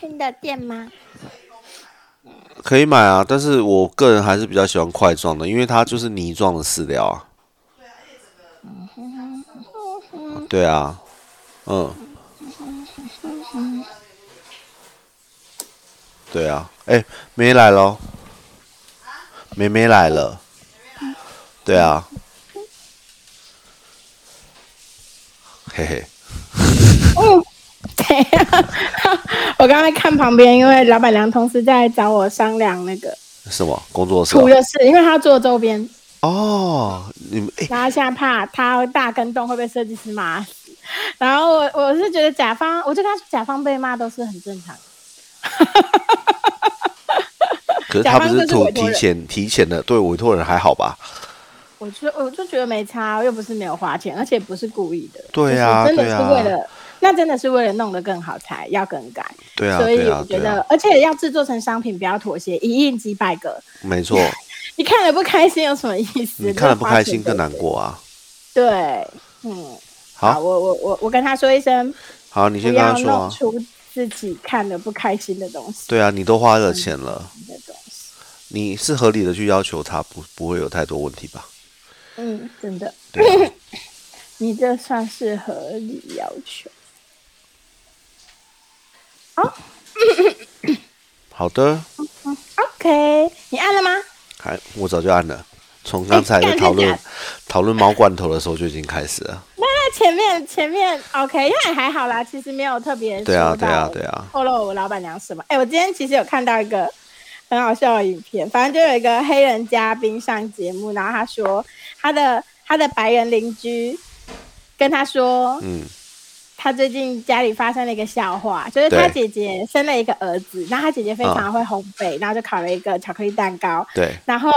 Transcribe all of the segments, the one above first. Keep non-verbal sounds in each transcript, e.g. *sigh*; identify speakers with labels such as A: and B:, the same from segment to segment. A: 去你的店吗？
B: 可以买啊，但是我个人还是比较喜欢块状的，因为它就是泥状的饲料啊。对啊，嗯，对啊，哎、梅来喽，梅梅来了，对啊，嘿嘿，
C: 对呀， *laughs* 我刚才看旁边，因为老板娘同时在找我商量那个
B: 什么工作室
C: 图
B: 啊
C: 的事，因为她做周边，
B: 哦？你们哎、
C: 然后现在怕她大跟动会被设计师骂死。然后我我是觉得甲方，我就跟他说甲方被骂都是很正常的。
B: 可是
C: 甲
B: 他不
C: 方
B: 是
C: 就是
B: 图
C: 委托
B: 提
C: 人
B: 前提前的，对委托人还好吧？
C: 我就我就觉得没差，又不是没有花钱，而且不是故意的。
B: 对啊
C: 就是真的
B: 对啊
C: 是为了、那真的是为了弄得更好才要更改。
B: 对啊，
C: 所以
B: 对啊
C: 我，觉
B: 对
C: 得，
B: 啊，
C: 而且要制作成商品，不要妥协，一印几百个，
B: 没错，
C: 你看了不开心有什么意思？
B: *laughs* 你看了不开心
C: 就是
B: 更
C: 花
B: 难
C: 钱
B: 过啊。
C: 对。对，嗯，好，
B: 好
C: 我我我我跟他说一声，
B: 好，你
C: 不
B: 先跟他
C: 要
B: 说
C: 弄
B: 啊。
C: 出自己看了不开心的东西
B: 对啊，你都花了钱了，
C: 的东西。
B: 你是合理的去要求他，不不会有太多问题吧？
C: 嗯，真的，
B: 对啊
C: *laughs* 你这算是合理要求。
B: 好的，
C: OK，你按了吗？
B: 还我早就按了，从刚才
C: 哎
B: 的
C: 干
B: 讨论
C: 真假
B: 讨论猫罐头的时候就已经开始了。
C: 那 *laughs* 前面前面 OK，因为还好啦，其实没有特别
B: 对啊，
C: 说到
B: 对啊，对啊，
C: 透露我老板娘什么。哎、我今天其实有看到一个很好笑的影片，反正就有一个黑人嘉宾上节目，然后他说他的他的白人邻居跟他说，
B: 嗯，
C: 他最近家里发生了一个笑话，就是他
B: 对嗯
C: 姐姐生了一个儿子，然后他姐姐非常会烘焙，然后就烤了一个巧克力蛋糕，
B: 对，
C: 然后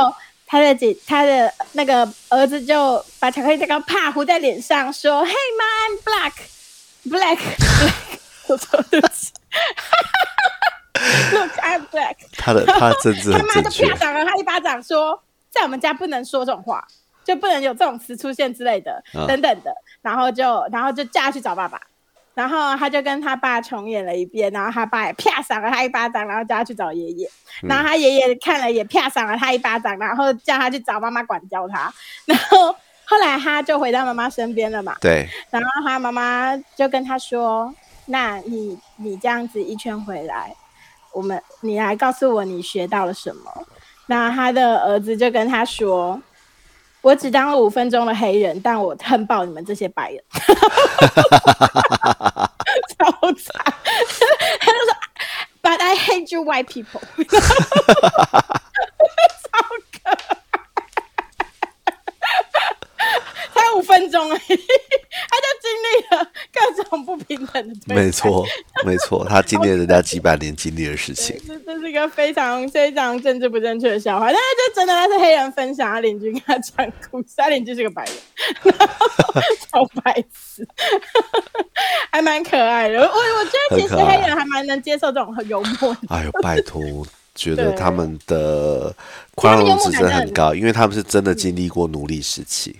C: 他的姐，他的那个儿子就把巧克力蛋糕啪糊在脸上，说：“Hey man, black, black, black。”我说 *laughs* 对不起，Look, I'm black。
B: 他的他的政治
C: 他
B: 很 *laughs*
C: 妈
B: 正
C: 就
B: 确
C: 啪，掌了他一巴掌，说：“在我们家不能说这种话，就不能有这种词出现之类的，
B: 嗯
C: 等等的。”然后就然后就叫他去找爸爸。然后他就跟他爸重演了一遍，然后他爸也啪赏了他一巴掌，然后叫他去找爷爷。
B: 嗯
C: 然后他爷爷看了也啪赏了他一巴掌，然后叫他去找妈妈管教他。然后后来他就回到妈妈身边了嘛。
B: 对，
C: 然后他妈妈就跟他说：“那你你这样子一圈回来，我们你来告诉我你学到了什么。”那他的儿子就跟他说：“我只当了五分钟的黑人，但我恨爆你们这些白人。”超惨！他就说：“But I hate you white people。” *laughs* 超可爱，才五分钟而已。他就经历了各种不平等的对待
B: 没，错，没错，
C: *laughs*
B: 他经历了人家几百年经历的事情
C: 对。这这是一个非常非常政治不正确的笑话，但是就真的他是黑人分享，他邻居跟他讲故事，他邻居是个白人，
B: *laughs*
C: 然后超白痴，还蛮可爱的。我我我觉得其实
B: 很可爱
C: 黑人还蛮能接受这种很幽默
B: *laughs*
C: 的，
B: 哎呦，拜托，觉得
C: 对
B: 他们的宽
C: 他们幽
B: 容
C: 默
B: 值
C: 感
B: 真
C: 真
B: 的
C: 的
B: 很
C: 很
B: 高，因为他们是真的经历过奴隶时期。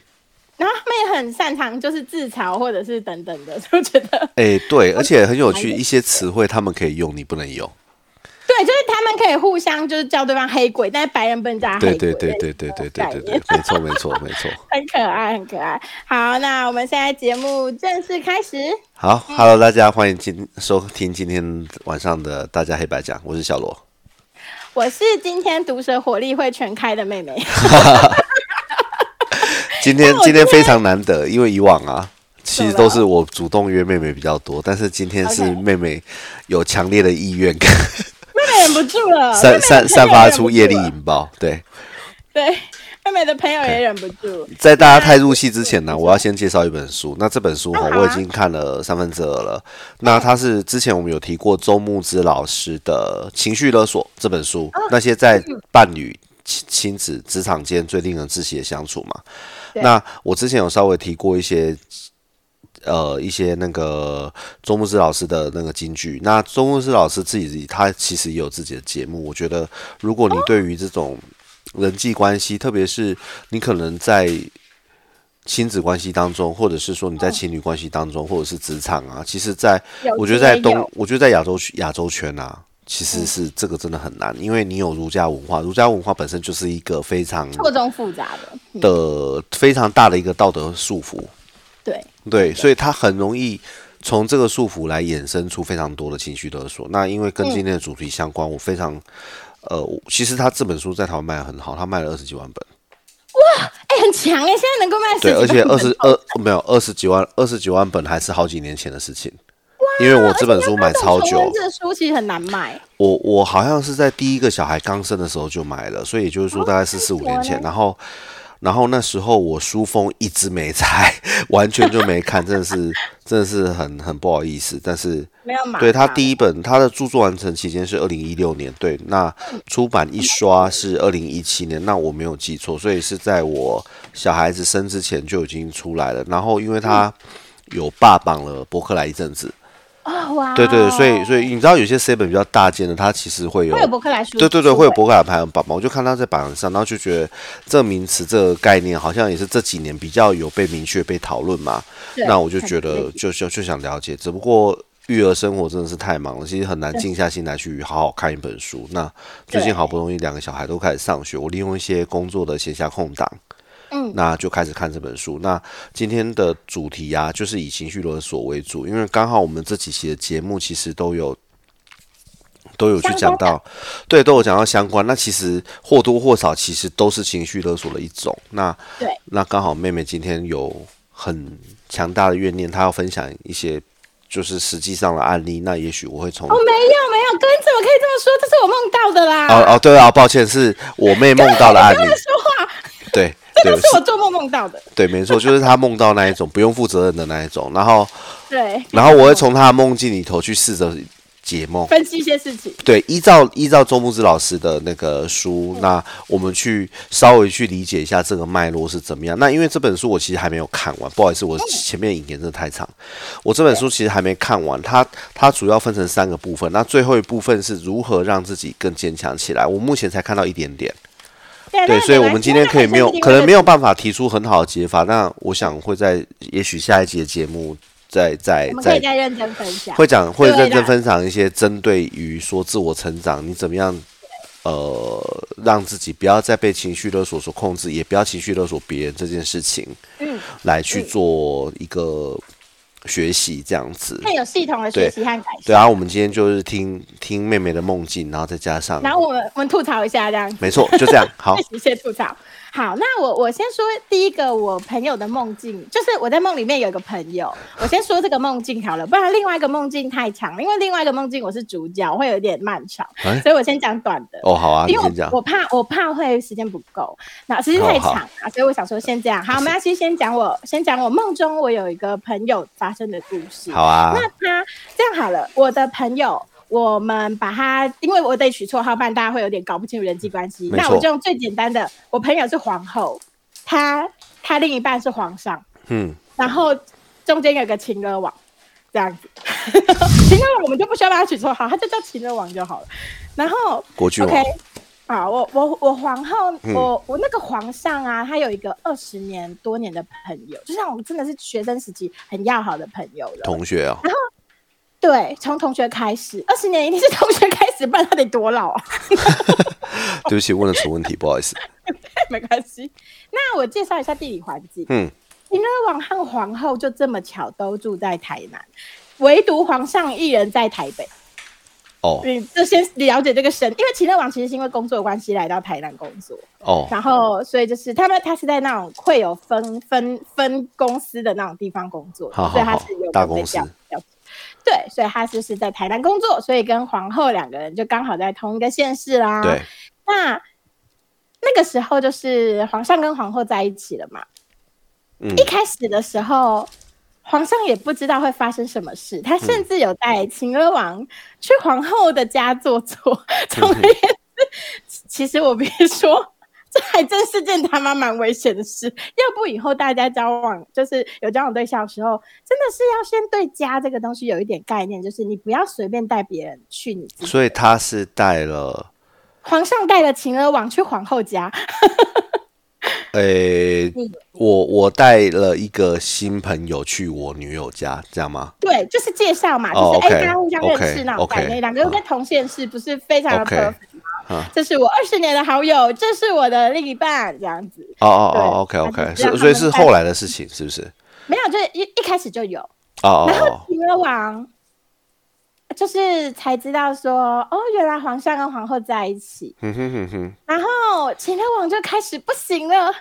C: 然后他们也很擅长就是自嘲或者是等等的，就觉得
B: *laughs* 哎、对，而且很有趣，
C: 还有
B: 一些词汇他们可以用，你不能用。
C: 对，就是他们可以互相就是叫对方黑鬼，但是白人不能叫他黑
B: 对
C: 鬼，
B: 对对对对对对
C: 概
B: 对
C: 念
B: 对，没错没错没错。
C: 很可爱，很可爱。好，那我们现在节目正式开始。
B: *laughs* 好，Hello，大家欢迎今收听今天晚上的大家黑白讲，我是小罗。
C: 我是今天毒蛇火力会全开的妹
B: *laughs*
C: 妹，
B: 今天
C: 我
B: 今
C: 今
B: 天
C: 天
B: 非常难得，因为以往啊，其实
C: 怎么
B: 都
C: 了
B: 是我主动约妹妹比较多，但是今天是
C: OK
B: 妹妹有强烈的意愿，
C: 妹妹忍不住了，妹妹
B: 散
C: 的
B: 散
C: 朋友
B: 散
C: 也
B: 发
C: 忍不
B: 出
C: 住
B: 业力
C: 了
B: 引爆。对，
C: 对，妹妹的朋友也忍不住。
B: 在大家太入戏之前呢、我要先介绍一本书。那这本书哈、
C: 嗯哦好啊
B: 我已经看了三分之二了。那它是之前我们有提过周牧之老师的《情绪勒索》这本书，
C: 哦
B: 那些在伴侣、亲亲子、职场间最令人窒息的相处嘛。
C: 对
B: 那我之前有稍微提过一些呃一些那个周牧之老师的那个金句。那周牧之老师自己他其实也有自己的节目，我觉得如果你对于这种人际关系，特别是你可能在亲子关系当中，或者是说你在情侣关系当中，或者是职场啊，其实在，
C: 有
B: 我觉得在
C: 也
B: 东
C: 有，嗯
B: 我觉得在亚洲区亚洲圈啊，其实是这个真的很难，因为你有儒家文化，儒家文化本身就是一个非常
C: 错综复杂的，嗯
B: 的非常大的一个道德束缚，
C: 对，
B: 对，所以他很容易从这个束缚来衍生出非常多的情绪勒索。那因为跟今天的主题相关，我非常呃，我其实他这本书在台湾卖的很好，他卖了二十几万本，
C: 哎、很强哎、现在能够卖
B: 对，
C: 40
B: 而且
C: 本
B: 二十二没有二十几万二十几万本还是好几年前的事情。因为我这本书买超久
C: 重，温这个书其实很难买，
B: 我我好像是在第一个小孩刚生的时候就买了，所以也就是说大概是四五年前，然后然后那时候我书封一直没拆，完全就没看，真的是真的是很很不好意思，但是
C: 没有买。
B: 对他第一本他的著作完成期间是二零一六年，对，那出版一刷是二零一七年，那我没有记错，所以是在我小孩子生之前就已经出来了。然后因为他
C: 嗯
B: 有霸榜了博客来一阵子，
C: 哦哇哦，
B: 对对，所以所以你知道有些 seven 比较大件的，它其实会有
C: 会有博客来书，
B: 对对对，会有
C: 博
B: 博客来排行榜嘛？我就看他在榜上，然后就觉得这个名词这个概念好像也是这几年比较有被明确被讨论嘛。
C: 对
B: 那我就觉
C: 很
B: 得
C: 多
B: 就就就想了解，只不过育儿生活真的是太忙了，其实很难静下心来去好好看一本书。那最近
C: 对
B: 好不容易两个小孩都开始上学，我利用一些工作的闲暇空档，
C: 嗯
B: 那就开始看这本书。那今天的主题啊，就是以情绪勒索为主，因为刚好我们这几期的节目其实都有都有去讲到，对，都有讲到相关。那其实或多或少其实都是情绪勒索的一种。那
C: 对
B: 那刚好妹妹今天有很强大的怨念，她要分享一些就是实际上的案例。那也许我会从
C: 哦没有没有，哥你怎么可以这么说？这是我梦到的啦。
B: 哦哦对啊，抱歉，是我妹梦到的案例。
C: 说话，
B: 对
C: 这
B: 对
C: 个是我做梦梦到的。
B: 对，没错，就是她梦到那一种不用负责任的那一种。然后
C: 对，
B: 然后我会从她的梦境里头去试着解梦。
C: 分析一些事情。
B: 对，依照依照周牧之老师的那个书，那我们去稍微去理解一下这个脉络是怎么样。那因为这本书我其实还没有看完，不好意思，
C: 嗯
B: 我前面引言真的太长。我这本书其实还没看完，它它主要分成三个部分，那最后一部分是如何让自己更坚强起来。我目前才看到一点点，
C: 对
B: 对，
C: 哎那
B: 所以
C: 本
B: 我
C: 来
B: 们今天可以没有，
C: 因为那
B: 可能没有
C: 本
B: 办法提出很好的解法。那我想会在也许下一集的节目再再
C: 身我们可
B: 再
C: 以再认真分享。
B: 会讲会
C: 对
B: 认真
C: 啦
B: 分享一些针对于说自我成长，你怎么样呃让自己不要再被情绪勒索所控制，也不要情绪勒索别人这件事情，
C: 嗯，
B: 来去
C: 嗯
B: 做一个学习这样子。
C: 更有系统的学习和改
B: 对
C: 善。
B: 啊，我们今天就是听听妹妹的梦境，然后再加上，
C: 然后我们我们吐槽一下这样子。
B: 没错，就
C: *laughs*
B: 这样。好，
C: 谢谢吐槽。好，那我我先说第一个我朋友的梦境，就是我在梦里面有一个朋友，我先说这个梦境好了，不然另外一个梦境太长了，因为另外一个梦境我是主角，会有点漫长，
B: 哎
C: 所以我先讲短的。
B: 哦，好啊，你
C: 因为
B: 先讲
C: 我。我怕我怕会时间不够，那时间太长
B: 哦
C: 了、所以我想说先这样。好，没关系，先讲我先讲我梦中我有一个朋友发生的故事。
B: 好啊 *laughs*
C: 那，他这样好了，我的朋友，我们把他，因为我得取绰号，不然大家会有点搞不清楚人际关系。
B: 没
C: 那
B: 错
C: 我就用最简单的，我朋友是皇后，他他另一半是皇上，
B: 嗯，
C: 然后中间有个情歌王，这样子。 *laughs* 情歌王我们就不需要帮他取绰号，他就叫情歌王就好了。然后
B: 国君
C: OK，
B: 王，
C: 好，我我我皇后，
B: 嗯
C: 我我那个皇上啊，他有一个二十年多年的朋友，就像我们真的是学生时期很要好的朋友了。
B: 同学哦，
C: 对，从同学开始，二十年一定是同学开始，不然他得多老啊？ *laughs*
B: *laughs* 对不起，问了什么问题？不好意思。
C: 没关系。那我介绍一下地理环境。
B: 嗯，
C: 秦乐王和皇后就这么巧都住在台南，唯独皇上一人在台北。
B: 哦
C: 你就先了解这个神，因为秦乐王其实是因为工作的关系来到台南工作， *laughs*
B: 哦，
C: 然后所以就是他们他是在那种会有分分分公司的那种地方工作，
B: 好好
C: 所以他
B: 好
C: 是有
B: 大
C: 被
B: 公司
C: 调调对，所以他就是在台南工作，所以跟皇后两个人就刚好在同一个县市啦。
B: 对，
C: 那那个时候就是皇上跟皇后在一起了嘛。
B: 嗯
C: 一开始的时候，皇上也不知道会发生什么事，他甚至有带秦娥王去皇后的家坐坐。总而言之，其实我别说。这还真是件他妈蛮危险的事， *laughs* 要不以后大家交往，就是有交往对象的时候，真的是要先对家这个东西有一点概念，就是你不要随便带别人去你自己
B: 所以他是带了。
C: 皇上带了晴儿王去皇后家，
B: 诶、呃
C: 嗯
B: 我我带了一个新朋友去我女友家，这样吗？
C: 对，就是介绍嘛，
B: 哦
C: 就是哎、
B: OK，
C: 大家互相认识那种
B: OK，OK，
C: 概念。两个人在同县市，不是非常的
B: OK
C: perfect
B: 嗯
C: 吗？这是我二十年的好友，这是我的另一半，这样子。
B: 哦哦哦，OK
C: 对他
B: OK，
C: 就知道
B: 所所以
C: 他
B: 是
C: 们
B: 后来的事情，是不是？
C: 没有，就是一一开始就有。
B: 哦哦
C: 然后
B: 哦，
C: 秦了王，就是才知道说，哦，原来皇上跟皇后在一起。
B: 哼嗯哼哼哼，
C: 然后秦了王就开始不行了，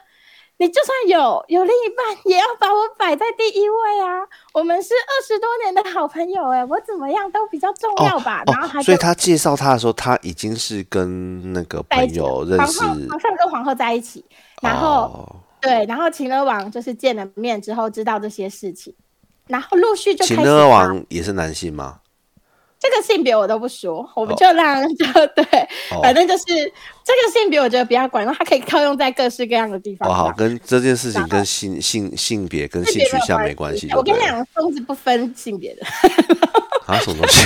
C: 你就算有有另一半，也要把我摆在第一位啊！我们是二十多年的好朋友、哎，我怎么样都比较重要吧。然后他
B: 哦，
C: 就
B: 所以他介绍他的时候，他已经是跟那个
C: 在一
B: 朋
C: 起了
B: 友认
C: 皇
B: 识
C: 后，皇上跟皇后在一起，然后、
B: 哦
C: 对，然后秦了王就是见了面之后知道这些事情，然后陆续就开
B: 秦
C: 始
B: 乐
C: 把
B: 王也是男性吗？
C: 这个性别我都不说，我们
B: 哦
C: 就让、 *laughs* 就对，
B: 哦
C: 反正就是这个性别，我觉得不要管，因为它可以套用在各式各样的地方
B: 哦，
C: 上。
B: 好，跟这件事情
C: 然后
B: 跟性性性别跟
C: 性
B: 性
C: 别
B: 取向
C: 有
B: 没关系，
C: 我跟
B: 对
C: 你
B: 不对
C: 讲，疯子不分性别的，
B: 啊，什
C: *laughs*
B: 么东西？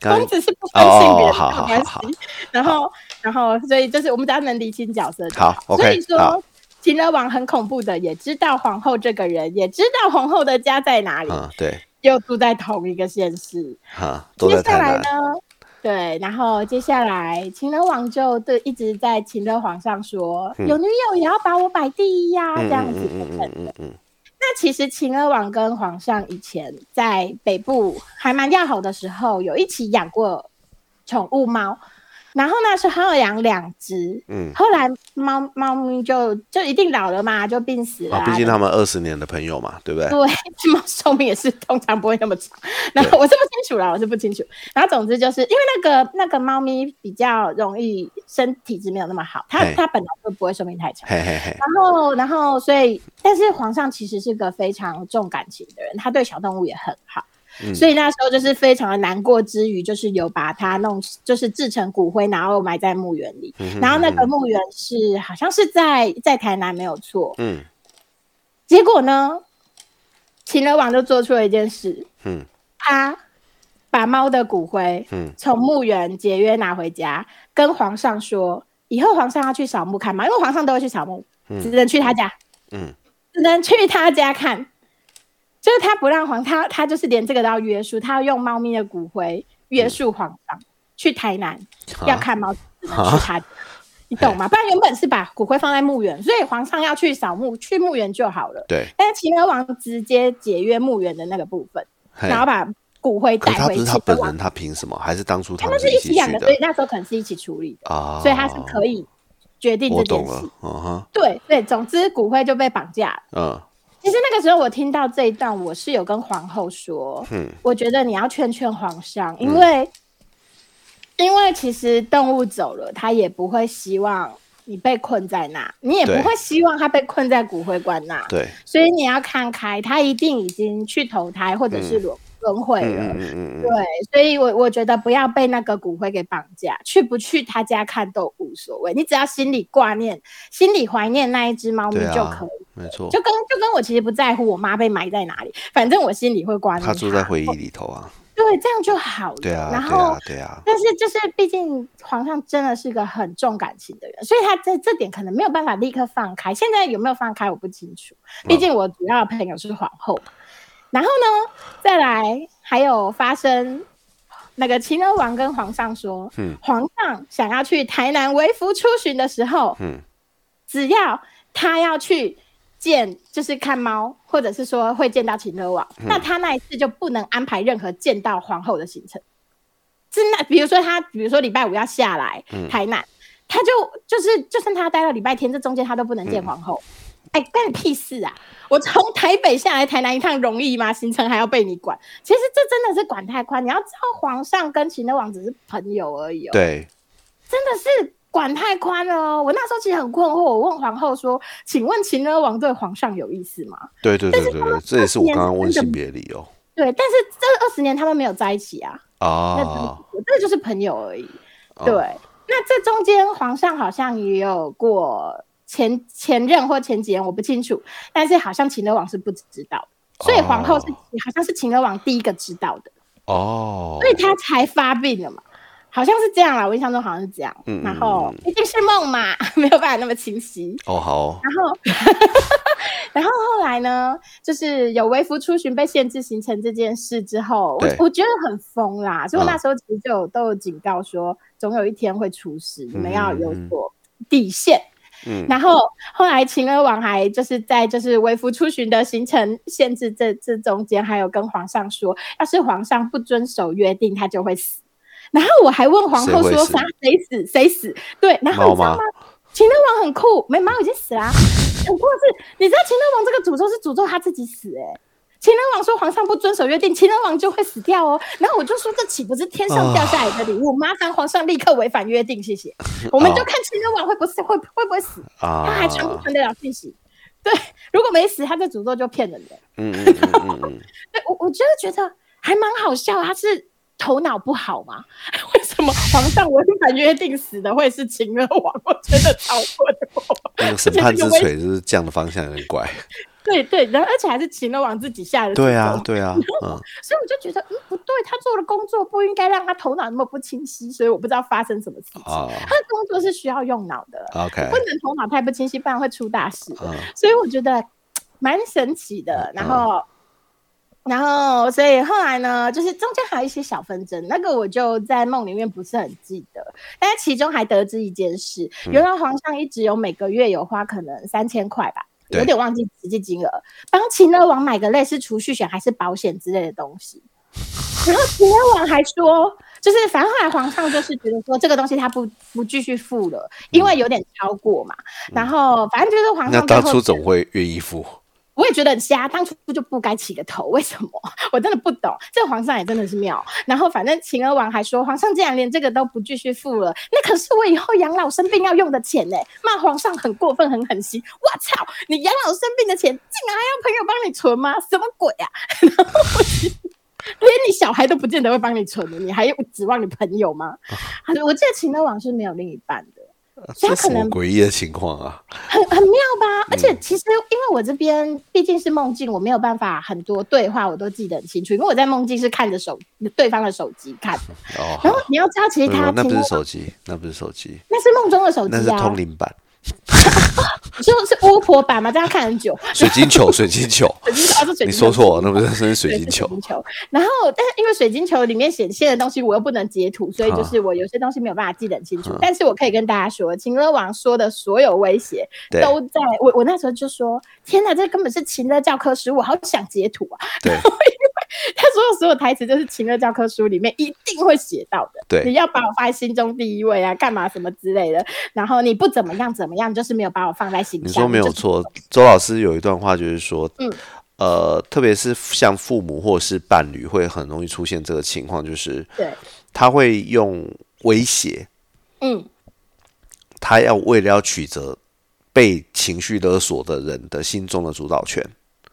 B: 刚
C: 疯子是不分性别
B: 哦
C: 的，
B: 好
C: 没有
B: 好
C: 关
B: 好
C: 系。然后，然后，所以就是我们只要能理清角色就
B: 好，OK，
C: 所以
B: 好
C: 说，秦乐王很恐怖的，也知道皇后这个人，也知道皇后的家在哪里，
B: 啊，对，
C: 又住在同一个县市。
B: 哈，都在啊
C: 接
B: 台
C: 下来
B: 南，
C: 呢？对，然后接下来秦乐王就对一直在秦乐皇上说，
B: 嗯
C: 有女友也要把我摆第一呀、这
B: 嗯
C: 样子
B: 嗯
C: 等
B: 嗯
C: 等
B: 嗯嗯嗯
C: 那其实秦乐王跟皇上以前在北部还蛮要好的时候，有一起养过宠物猫，然后那时候养两只，
B: 嗯
C: 后来猫猫咪就就一定老了嘛，就病死
B: 嗯，
C: 了、
B: 啊，毕竟他们二十年的朋友嘛，对不对？
C: 对， *laughs* 猫寿命也是通常不会那么长。然后我是不清楚啦，我是不清楚。然后总之就是因为那个那个猫咪比较容易身体质没有那么好，它
B: 嘿
C: 它本来就不会寿命太长。
B: 嘿嘿嘿，
C: 然后然后所以，但是皇上其实是个非常重感情的人，他对小动物也很好。
B: 嗯
C: 所以那时候就是非常的难过之余，就是有把它弄，就是制成骨灰，然后埋在墓园里。
B: 嗯哼
C: 然后那个
B: 嗯
C: 墓园是好像是在在台南没有错，
B: 嗯
C: 结果呢，秦乐王就做出了一件事，
B: 嗯
C: 他把猫的骨灰
B: 嗯，
C: 从墓园节约拿回家，跟皇上说，以后皇上要去扫墓看猫，因为皇上都会去扫墓，
B: 嗯
C: 只能去他家，
B: 嗯，
C: 只能去他家看。就是他不让皇他他就是连这个都要约束，他要用猫咪的骨灰约束皇上、去台南要
B: 啊
C: 看猫，只能去他家。你懂吗？不然原本是把骨灰放在墓园，所以皇上要去扫墓，去墓园就好了。
B: 对，
C: 但是秦娥王直接解约墓园的那个部分，
B: 嘿
C: 然后把骨灰
B: 可
C: 带
B: 是他
C: 回
B: 不
C: 秦
B: 是他
C: 娥
B: 本
C: 王。
B: 人，他凭什么？还是当初
C: 他
B: 们
C: 们是
B: 一
C: 一
B: 起
C: 起养
B: 去
C: 的，
B: 的
C: 所以那时候可能是一起处理的，
B: 啊？
C: 所以他是可以决定
B: 我
C: 这
B: 懂
C: 件
B: 了
C: 事。，
B: 嗯哼，
C: 对对，总之骨灰就被绑架了。
B: 嗯
C: 其实那个时候我听到这一段，我是有跟皇后说，
B: 嗯
C: 我觉得你要劝劝皇上，因为、因为其实动物走了，它也不会希望你被困在那，你也不
B: 对
C: 会希望它被困在骨灰罐那。
B: 对，
C: 所以你要看开，他一定已经去投胎或者是轮轮回
B: 嗯
C: 了。
B: 嗯嗯嗯
C: 对
B: 嗯，，
C: 所以我我觉得不要被那个骨灰给绑架，去不去他家看都无所谓，你只要心里挂念、心里怀念那一只猫咪
B: 对
C: 就
B: 啊
C: 可以。，
B: 没错，
C: 就跟就跟我其实不在乎我妈被埋在哪里，反正我心里会挂念
B: 他住在
C: 她
B: 回忆里头啊，
C: 对，这样就好了。
B: 对啊
C: 然
B: 对
C: 后
B: 啊对啊，
C: 但是就是，毕竟皇上真的是个很重感情的人，所以他在这点可能没有办法立刻放开。现在有没有放开我不清楚，
B: 嗯
C: 毕竟我主要的朋友是皇后嘛。然后呢，再来还有发生那个秦娥王跟皇上说，
B: 嗯
C: 皇上想要去台南为服出巡的时候，
B: 嗯
C: 只要他要去见，就是看猫，或者是说会见到秦乐王，那他那一次就不能安排任何见到皇后的行程。是那，比如说他，比如说礼拜五要下来
B: 嗯
C: 台南，他就就是就算他待到礼拜天，这中间他都不能见皇后。哎，干你屁事啊！我从台北下来台南一趟容易吗？行程还要被你管？其实这真的是管太宽。你要知道，皇上跟秦乐王只是朋友而已、哦。
B: 对，
C: 真的是管太宽了哦！我那时候其实很困惑，我问皇后说：“请问秦乐王对皇上有意思吗
B: 对对对对对，这也是我
C: 年
B: 刚刚问
C: 真的
B: 性别理由？”
C: 对，但是这二十年他们没有在一起啊，那真的
B: 啊。
C: 我真的就是朋友而已。
B: 哦
C: 对，那这中间皇上好像也有过前前任或前几任，我不清楚，但是好像秦乐王是不知道的，所以皇后是、
B: 哦
C: 好像是秦乐王第一个知道的，
B: 哦
C: 所，以他才发病了嘛。好像是这样啦，我印象中好像是这样。
B: 嗯嗯
C: 然后毕竟是梦嘛， *laughs* 没有办法那么清晰。
B: 哦，好哦
C: 然后，然后后来呢，就是有微服出巡被限制行程这件事之后，
B: 对
C: 我我觉得很疯啦，所以我
B: 嗯
C: 那时候其实就有都有警告说，总有一天会出事，你们要有
B: 嗯
C: 所底线。
B: 嗯，
C: 然后后来秦二王还就是在就是微服出巡的行程限制这这中间，还有跟皇上说，要是皇上不遵守约定，他就会死。然后我还问皇后
B: 谁会
C: 说
B: 死
C: 啥谁死谁死？对，然后
B: 猫
C: 你知道
B: 吗
C: 吗？？秦二王很酷，没猫已经死啦、很酷的是，你知道秦二王这个诅咒是诅咒他自己死哎、秦二王说皇上不遵守约定，秦二王就会死掉哦。然后我就说这岂不是天上掉下来的
B: *laughs*
C: 礼物？麻烦皇上立刻违反约定，谢谢。我们就看秦二王会不会会会不会死，
B: 啊，
C: 他还传不传得了讯息？对，如果没死，他这诅咒就骗人的。
B: 嗯嗯嗯嗯嗯，
C: 对我，我真的觉得还蛮好笑。他是头脑不好吗？ *laughs* 为什么皇上违反约定死的会是秦二王？ *laughs* 我觉得超过的。
B: 那个审判之锤就是这样的方向有点怪。
C: *laughs* 对对，然后而且还是秦乐王自己下的。
B: 对啊，，对啊，嗯，
C: 所以我就觉得，嗯，不对，他做的工作不应该让他头脑那么不清晰，所以我不知道发生什么事 *laughs* 情。
B: 啊
C: 他的工作是需要用脑的，
B: ，OK，
C: 不能头脑太不清晰，不然会出大事。
B: 嗯
C: 所以我觉得蛮神奇的。然
B: 嗯
C: 后，然后，所以后来呢，就是中间还有一些小纷争，那个我就在梦里面不是很记得。但是其中还得知一件事，
B: 嗯
C: 原来皇上一直有每个月有花可能三千块吧。
B: 对
C: 有点忘记实际金额，帮秦乐王买个类似储蓄险还是保险之类的东西。然后秦乐王还说，就是反正后来皇上就是觉得说这个东西他不不继续付了，因为有点超过嘛。然后反正就是皇
B: 嗯那
C: 上最
B: 当
C: 后
B: 初总会愿意付，
C: 我也觉得很瞎，当初就不该起个头，为什么？ *laughs* 我真的不懂，这个皇上也真的是妙。然后反正秦娥王还说，皇上竟然连这个都不继续付了，那可是我以后养老生病要用的钱呢、骂皇上很过分，很狠心。我操，你养老生病的钱竟然还要朋友帮你存吗？什么鬼啊！ *laughs* 然后我就连你小孩都不见得会帮你存的，你还指望你朋友吗？他 *laughs* 说我记得秦娥王是没有另一半的。所以
B: 这
C: 他可
B: 什么
C: 能
B: 诡异的情况啊？
C: 很很妙吧？
B: 嗯
C: 而且其实因为我这边毕竟是梦境，我没有办法很多对话我都记得很清楚，因为我在梦境是看着手对方的手机看的。
B: 哦，好
C: 然后你要知道，其实
B: 没
C: 他
B: 有没有那
C: 听
B: 不是
C: 过
B: 手机，那不是手机，
C: 那是梦中的手机
B: 那是
C: 啊
B: 通，灵版，
C: 就是巫婆版嘛，这样看很久。 *laughs*
B: 水晶球，水晶球，
C: 水晶球啊是水晶球
B: 你说错了，那不是那是水
C: 对
B: 晶
C: 是
B: 球
C: 水，晶球，然后但是因为水晶球里面显现的东西我又不能截图，所以就是我有些东西没有办法记得很清楚。
B: 嗯
C: 但是我可以跟大家说，秦乐王说的所有威胁
B: 对
C: 都在我我那时候就说，天哪，这根本是秦乐教科书，我好想截图啊！
B: 对
C: *laughs* 他说的所有台词就是秦乐教科书里面一定会写到的。你
B: 对，
C: 要把我放在心中第一位啊，干嘛什么之类的。然后你不怎么样怎么样，就是没有把我放在心上。
B: 你说没有
C: 就是
B: 错。周老师有一段话就是说，
C: 嗯
B: 呃，特别是像父母或者是伴侣，会很容易出现这个情况，就是
C: 对，
B: 他会用威胁，
C: 嗯，
B: 他要为了要取得被情绪勒索的人的心中的主导权。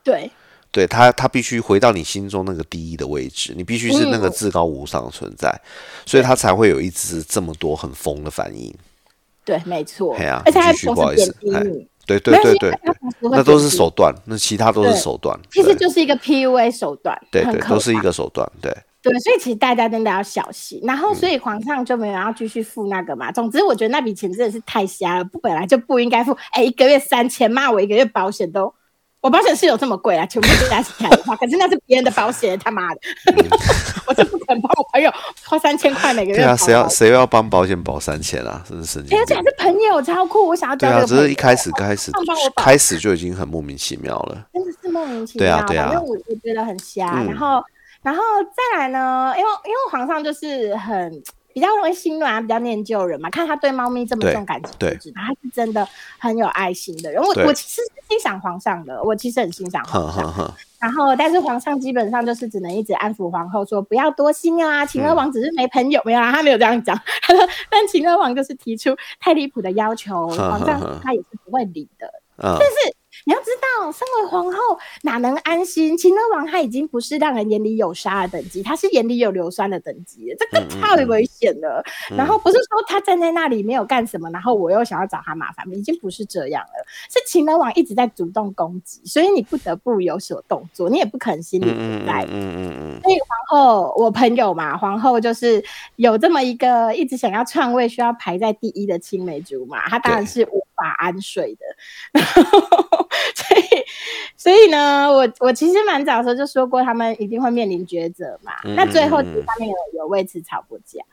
C: 对，
B: 对他，他必须回到你心中那个第一的位置，你必须是那个
C: 嗯
B: 至高无上的存在，所以他才会有一只这么多很疯的反应。
C: 对，没错。
B: 嘿啊
C: 而且他还
B: 你继续
C: 同
B: 不好
C: 时
B: 意
C: 贬
B: 思
C: 低
B: 哎
C: 你，
B: 对
C: 没
B: 对
C: 有
B: 对
C: 因
B: 对
C: 为他
B: 对，
C: 同时会
B: 那都
C: 贬
B: 是
C: 低
B: 手段，那其他都是
C: 对
B: 手段。
C: 其实
B: 对
C: 就是一个 PUA 手段，
B: 对
C: 很
B: 对，
C: 可
B: 都是一
C: 怕
B: 个手段。对，
C: 对，所以其实大家真的要小心。然
B: 嗯
C: 后，所以皇上就没有要继续付那个嘛。总之，我觉得那笔钱真的是太瞎了，不本来就不应该付。哎，一个月三千，骂我一个月保险都，我保险是有这么贵啊，全部加起来的话，可是那是别人的保险，他妈的， *laughs* 我是不肯帮我朋友花三千块每个月
B: 嗯
C: 保
B: 对啊，
C: 保
B: 谁要谁要帮保险保三千啊？真是神
C: 哎
B: 经
C: 而且
B: 病
C: 还。是朋友超酷，我想要
B: 对
C: 交这
B: 啊，
C: 个
B: 只
C: 朋友
B: 是一开始开始
C: 帮我保
B: 开始就已经很莫名其妙了。
C: 真的是莫名其
B: 对
C: 妙。
B: 啊对啊
C: 反正我我觉得很瞎。
B: 嗯
C: 然后，然后再来呢，因为因为皇上就是很比较容易心软，啊比较念旧人嘛。看他对猫咪这么
B: 对
C: 重感情，
B: 对
C: 就知道他是真的很有爱心的人。我
B: 对
C: 我其实是欣赏皇上的，我其实很欣赏
B: 哼
C: 皇上。
B: 哼哼，
C: 然后，但是皇上基本上就是只能一直安抚皇后说不要多心啊，
B: 嗯
C: 秦二王只是没朋友，没有啊，他没有这样讲。 *laughs* 他说，但秦二王就是提出太离谱的要求，
B: 呵呵
C: 皇上
B: 呵
C: 他也是不会理的。
B: 嗯，
C: 但是你要知道，身为皇后哪能安心？秦乐王他已经不是让人眼里有沙的等级，他是眼里有硫酸的等级，这个太危险了。
B: 嗯
C: 然后不是说他站在那里没有干什么，然后我又想要找他麻烦，已经不是这样了。是秦乐王一直在主动攻击，所以你不得不有所动作，你也不可能心里不在。
B: 嗯嗯嗯
C: 所以皇后，我朋友嘛，皇后就是有这么一个一直想要篡位、需要排在第一的青梅竹马，她当然是无法安睡的。 *laughs* 然后，所以，所以呢，我我其实蛮早的时候就说过，他们一定会面临抉择嘛。
B: 嗯
C: 那最后其实他们有有为此吵过架。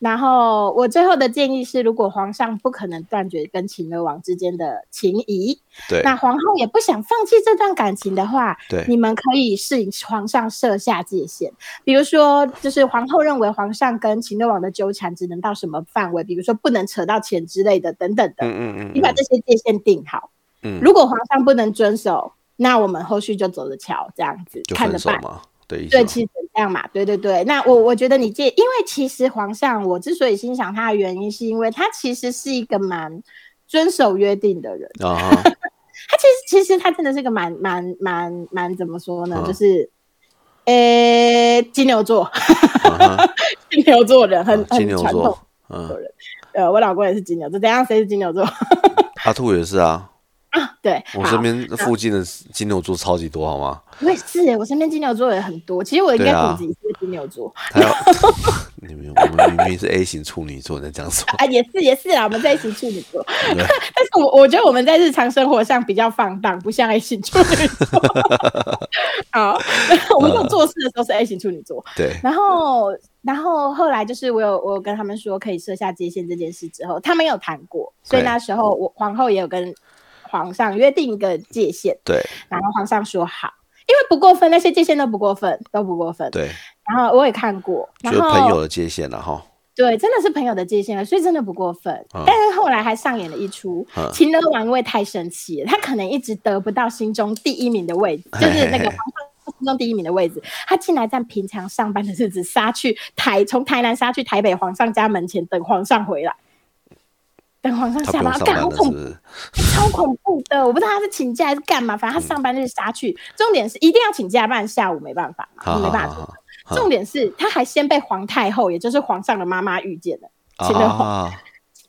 C: 然后我最后的建议是，如果皇上不可能断绝跟秦乐王之间的情谊，
B: 对
C: 那皇后也不想放弃这段感情的话，
B: 对
C: 你们可以是皇上设下界限，比如说，就是皇后认为皇上跟秦六王的纠缠只能到什么范围，比如说不能扯到钱之类的等等的，
B: 嗯嗯
C: 你把这些界限定好。
B: 嗯
C: 如果皇上不能遵守，那我们后续就走着瞧，这样子
B: 就
C: 看
B: 分
C: 着
B: 手
C: 办。
B: 嘛，对
C: 对，其实这样嘛，对对对。那我我觉得你介，因为其实皇上，我之所以欣赏他的原因，是因为他其实是一个蛮遵守约定的人。
B: 啊
C: *laughs*
B: 哈，
C: 他其实其实他真的是个蛮蛮蛮蛮怎么说呢？
B: 嗯
C: 就是，呃、金牛座， *laughs*
B: 啊哈
C: 金牛座人很、
B: 啊
C: 很
B: 金牛
C: 传统
B: 座，，嗯，
C: 呃，我老公也是金牛座，怎样？谁是金牛座 *laughs*
B: 阿兔也是啊，
C: 啊？对，
B: 我
C: 好
B: 身边附近的金牛座超级多，
C: *laughs*
B: 好吗？
C: 我也是，我身边金牛座也很多。其实我应该
B: 对啊
C: 骨子里是个金牛座啊
B: 他要， *laughs* 你们我们明明是 A 型处女座，你在讲什么？
C: 也是也是啊，我们在一起处女座，*laughs*
B: 对
C: 但是我我觉得我们在日常生活上比较放荡，不像 A 型处女座。
B: *laughs*
C: 好， *laughs* 我们这种做事的时候是 A 型处女座， *laughs*
B: 对，
C: 然后，然后后来就是我有我有跟他们说可以设下界限这件事之后，他们有谈过，所以
B: 对
C: 那时候我皇后也有跟皇上约定一个界限，
B: 对
C: 然后皇上说好，因为不过分，那些界限都不过分，都不过分。
B: 对，
C: 然后我也看过，
B: 就
C: 然
B: 是
C: 后
B: 朋友的界限了哈。
C: 对，真的是朋友的界限了，所以真的不过分。
B: 嗯
C: 但是后来还上演了一出，
B: 嗯
C: 秦乐王因为太生气了，他可能一直得不到心中第一名的位置，就是那
B: 嘿嘿
C: 个皇
B: 嘿
C: 上心中第一名的位置，他竟然在平常上班的日子杀去台，从台南杀去台北皇上家门前等皇上回来。等皇上
B: 他
C: 下
B: 不用
C: 班，
B: 上
C: 干
B: 班
C: 好
B: 了，是
C: 恐
B: 不是？
C: 超恐怖的！我不知道他是请假还是干嘛，反
B: 嗯
C: 正他上班日杀去。重点是一定要请假，不然下午没办法嘛，
B: 好
C: 你没
B: 好
C: 办
B: 好
C: 法做。
B: 好嗯
C: 重点是他还先被皇太后，也就是皇上的妈妈遇见了。请了
B: 啊，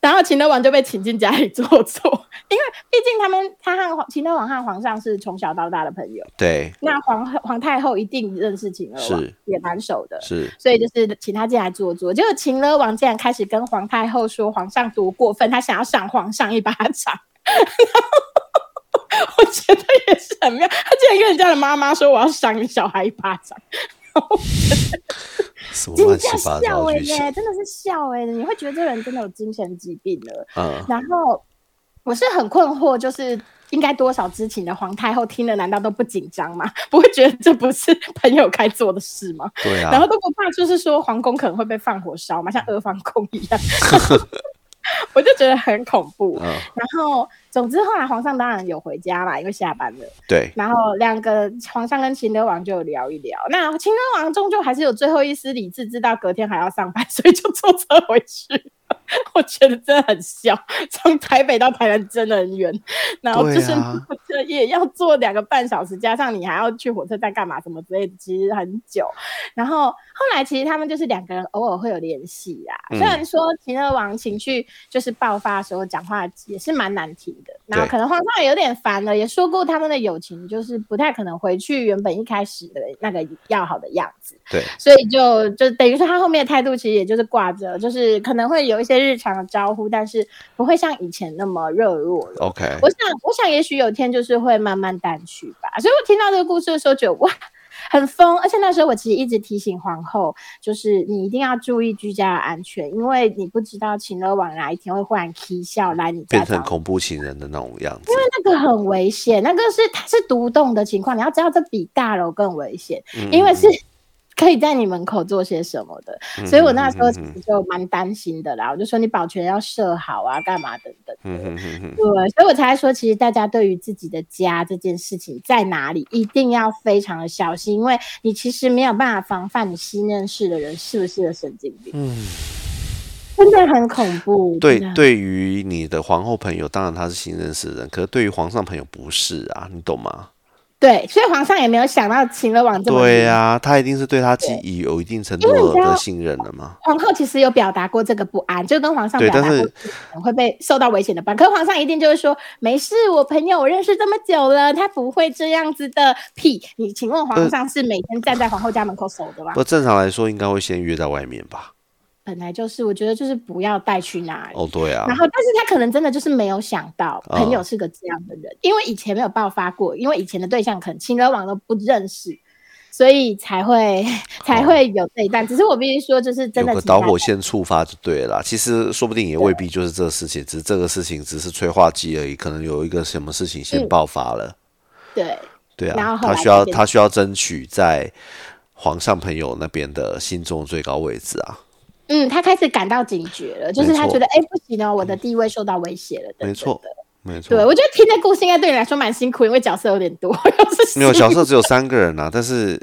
C: 然后秦德王就被请进家里坐坐， *laughs* 因为毕竟他们他和皇秦德王和皇上是从小到大的朋友，
B: 对，
C: 那皇皇太后一定认识秦德王
B: 是，
C: 也蛮熟的，
B: 是
C: 所以就是请他进来坐坐。结果秦德王竟然开始跟皇太后说皇上多过分，他想要赏皇上一巴掌。 *laughs* 然后我觉得也是很妙，他竟然跟人家的妈妈说我要赏你小孩一巴掌，
B: 什么
C: 真的
B: 乱七八糟
C: 笑
B: 的
C: 哎、
B: 剧情？
C: 真的是笑哎、你会觉得这个人真的有精神疾病了。
B: 嗯，
C: 然后我是很困惑，就是应该多少知情的皇太后听了，难道都不紧张吗？ *laughs* 不会觉得这不是朋友该做的事吗？ *laughs*
B: 对啊
C: 然后，都不怕，就是说皇宫可能会被放火烧嘛，像阿房宫一
B: *laughs*
C: 样，我就觉得很恐怖。
B: 嗯，
C: 然后，总之后来皇上当然有回家嘛，因为下班了。
B: 对，
C: 然后两个皇上跟秦德王就有聊一聊。那秦德王终究还是有最后一丝理智，知道隔天还要上班， *laughs* 所以就坐车回去了。我觉得真的很笑，从台北到台南真的很远，然后就是
B: 对啊
C: 火车也要坐两个半小时，加上你还要去火车站干嘛什么之类的，其实很久。然后后来其实他们就是两个人偶尔会有联系啦。
B: 嗯
C: 虽然说秦二王情绪就是爆发的时候讲话也是蛮难听的，然后可能皇上也有点烦了，也说过他们的友情就是不太可能回去原本一开始的那个要好的样子， *laughs*
B: 对，
C: 所以就就等于说他后面的态度其实也就是挂着，就是可能会有一些日常的招呼，但是不会像以前那么热络了。
B: OK，
C: 我想，我想也许有一天就是会慢慢淡去吧。所以我听到这个故事的时候，觉得哇，很疯。而且那时候我其实一直提醒皇后，就是你一定要注意居家的安全，因为你不知道秦乐王哪一天会忽然 k 笑来你家
B: 变成
C: 找你。
B: 恐怖情人的那种样子
C: 因为。那个很危险，那个是它是独栋的情况，你要知道这比大楼更危险，
B: 嗯
C: 因为是可以在你门口做些什么的。
B: 嗯
C: 所以我那时候
B: 嗯
C: 其实就蛮担心的啦，我就说你保全要设好啊，干嘛等等。
B: 嗯嗯嗯嗯，
C: 对，所以我才说，其实大家对于自己的家这件事情在哪里，一定要非常的小心，因为你其实没有办法防范你新认识的人是不是有神经病。
B: 嗯，
C: 真的很恐怖。
B: 对
C: 真，的
B: 对于你的皇后朋友，当然他是新认识的人，可是对于皇上朋友不是啊，你懂吗？
C: 对，所以皇上也没有想到秦乐王这么
B: 对
C: 厉害
B: 呀、他一定是对他基于有一定程
C: 因为你
B: 度
C: 知道
B: 的信任了嘛。
C: 皇后其实有表达过这个不安，就跟皇上
B: 对
C: 表达
B: 但
C: 过
B: 是
C: 自己可能会被受到危险的不安。可是皇上一定就是说，没事，我朋友我认识这么久了，他不会这样子的。屁！你请问皇
B: 呃
C: 上是每天站在皇后家门口守的吗？
B: 不，正常来说应该会先约在外面吧？
C: 本来就是，我觉得就是不要带去那里。
B: 哦，对啊
C: 哎然，后，但是他可能真的就是没有想到
B: 哦
C: 朋友是个这样的人，因为以前没有爆发过，因为以前的对象可能亲热网都不认识，所以才会才会有这一段。只是我必须说，就是真
B: 哦有
C: 的
B: 个
C: 其他
B: 导火线触发就对了啦。其实说不定也未必就是这个事情，只是这个事情只是催化剂而已，可能有一个什么事情先
C: 嗯
B: 爆发了。
C: 对
B: 对
C: 然后
B: 啊，
C: 后
B: 他
C: 来
B: 需
C: 就
B: 要
C: 变
B: 他需要争取在皇上朋友那边的心中最高位置啊。
C: 嗯，他开始感到警觉了，就是
B: 没
C: 他
B: 错嗯
C: 觉得哎、不行哦，我的地位受到威胁了。等等
B: 没错
C: 的，
B: 没错，
C: 对我觉得听这故事应该对你来说蛮辛苦，因为角色有点多， *laughs* 又是
B: 没有
C: 新
B: 小时候只有三个人啊，但是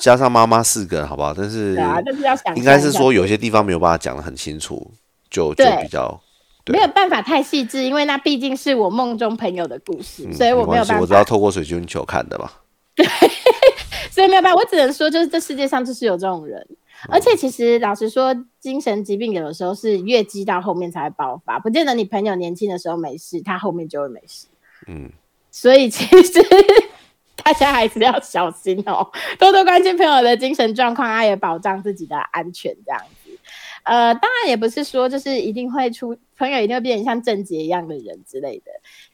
B: 加上妈妈四个人，好不好？但是
C: 的啊，但是要想
B: 应该
C: 象
B: 是
C: 一下
B: 说有些地方没有办法讲得很清楚，就就
C: 对
B: 比较对
C: 没有办法太细致，因为那毕竟是我梦中朋友的故事，
B: 嗯
C: 所以我没
B: 关
C: 有
B: 系，
C: 办
B: 我知
C: 法
B: 道，透过水晶球看的吧。
C: 所以没有办法，我只能说，就是这世界上就是有这种人。而且其实老实说，精神疾病有的时候是越积到后面才会爆发，不见得你朋友年轻的时候没事，他后面就会没事。
B: 嗯，
C: *laughs* 所以其实大家还是要小心哦，多多关心朋友的精神状况，啊，也保障自己的安全这样子。呃，当然也不是说就是一定会出朋友一定会变成像郑杰一样的人之类的，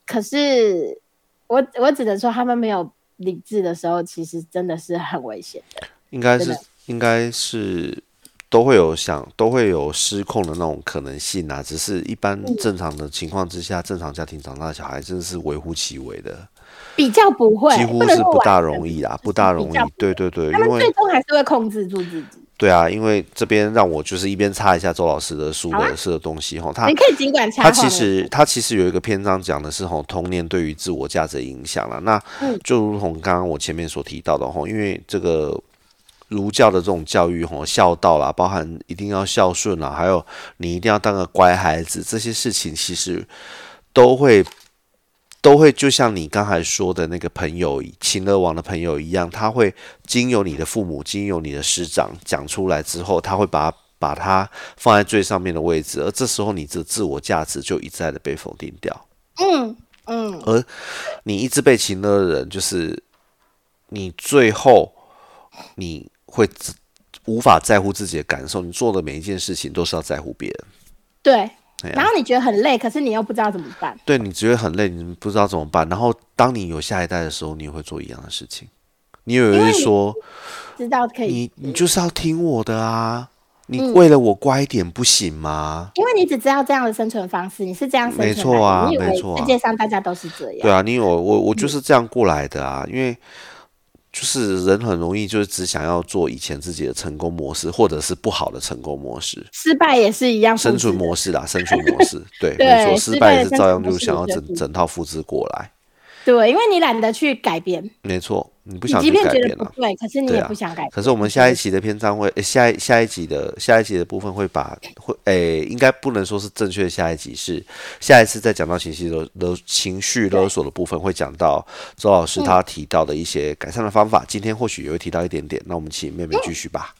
C: 可是我我只能说他们没有理智的时候，其实真的是很危险的。
B: 应该
C: 真
B: 是
C: 的
B: 应该是都会有想都会有失控的那种可能性啊，只是一般
C: 嗯
B: 正常的情况之下，正常家庭长大的小孩真的是微乎其微的，
C: 比较不会，
B: 几乎
C: 能
B: 是
C: 说
B: 不大
C: 完全
B: 容易啦，
C: 是
B: 不大
C: 比
B: 容易
C: 较不。
B: 对对对，
C: 他
B: 因
C: 们
B: 为
C: 最终还是会控制住自己。
B: 对啊，因为这边让我就是一边插一下周老师的书
C: 好啊
B: 的是的东西哈，他
C: 你可以尽管插
B: 他
C: 话。
B: 其
C: 没
B: 实他其实有一个篇章讲的是吼童年对于自我价值的影响了。那
C: 嗯
B: 就如同刚刚我前面所提到的吼，因为这个儒教的这种教育吼，孝道啦，包含一定要孝顺啦，还有你一定要当个乖孩子，这些事情其实都会。都会就像你刚才说的那个朋友，秦乐王的朋友一样，他会经由你的父母，经由你的师长讲出来之后，他会把把它放在最上面的位置，而这时候你的自我价值就一再的被否定掉，
C: 嗯嗯，
B: 而你一直被情勒的人，就是你最后你会自无法在乎自己的感受，你做的每一件事情都是要在乎别人。
C: 对。
B: 哎呀
C: 然后你觉得很累，可是你又不知道怎么办。
B: 对你只会很累，你不知道怎么办。然后当你有下一代的时候，你也会做一样的事情。你也
C: 因为
B: 会
C: 你
B: 说，
C: 知道可以，
B: 你你就是要听我的啊，你为了我乖一点不行吗？
C: 因为你只知道这样的生存方式，你是这样生存
B: 没
C: 的，
B: 错啊
C: 你以
B: 没
C: 为
B: 错啊
C: 世界上大家都是这样，
B: 对啊，你有我我
C: 嗯
B: 就是这样过来的啊，因为就是人很容易就是只想要做以前自己的成功模式，或者是不好的成功模式、
C: 失败也是一样复制
B: 生
C: 的，
B: 存模式啦，生存模式，
C: *laughs*
B: 对，
C: 对
B: 没错，
C: 失
B: 失
C: 败
B: 败也
C: 的
B: 是
C: 生
B: 照
C: 存
B: 样
C: 模
B: 就
C: 式
B: 想
C: 也
B: 要
C: 是
B: 整
C: 复制
B: 整套复制过来，
C: 对，因为你懒得去改变，
B: 没错，你不
C: 你
B: 想
C: 即
B: 去
C: 便
B: 改
C: 觉
B: 变
C: 得不
B: 啊。
C: 对，可是你
B: 对
C: 也
B: 啊
C: 不想改变。
B: 可是我们下一期的篇章会，呃下一下一集的下一集的部分会把会，诶、应该不能说是正确的下一集，是下一次再讲到情绪勒勒情绪勒索的部分，会讲到周老师他提到的一些改善的方法。今天或许也会提到一点点，那我们请妹妹继续吧。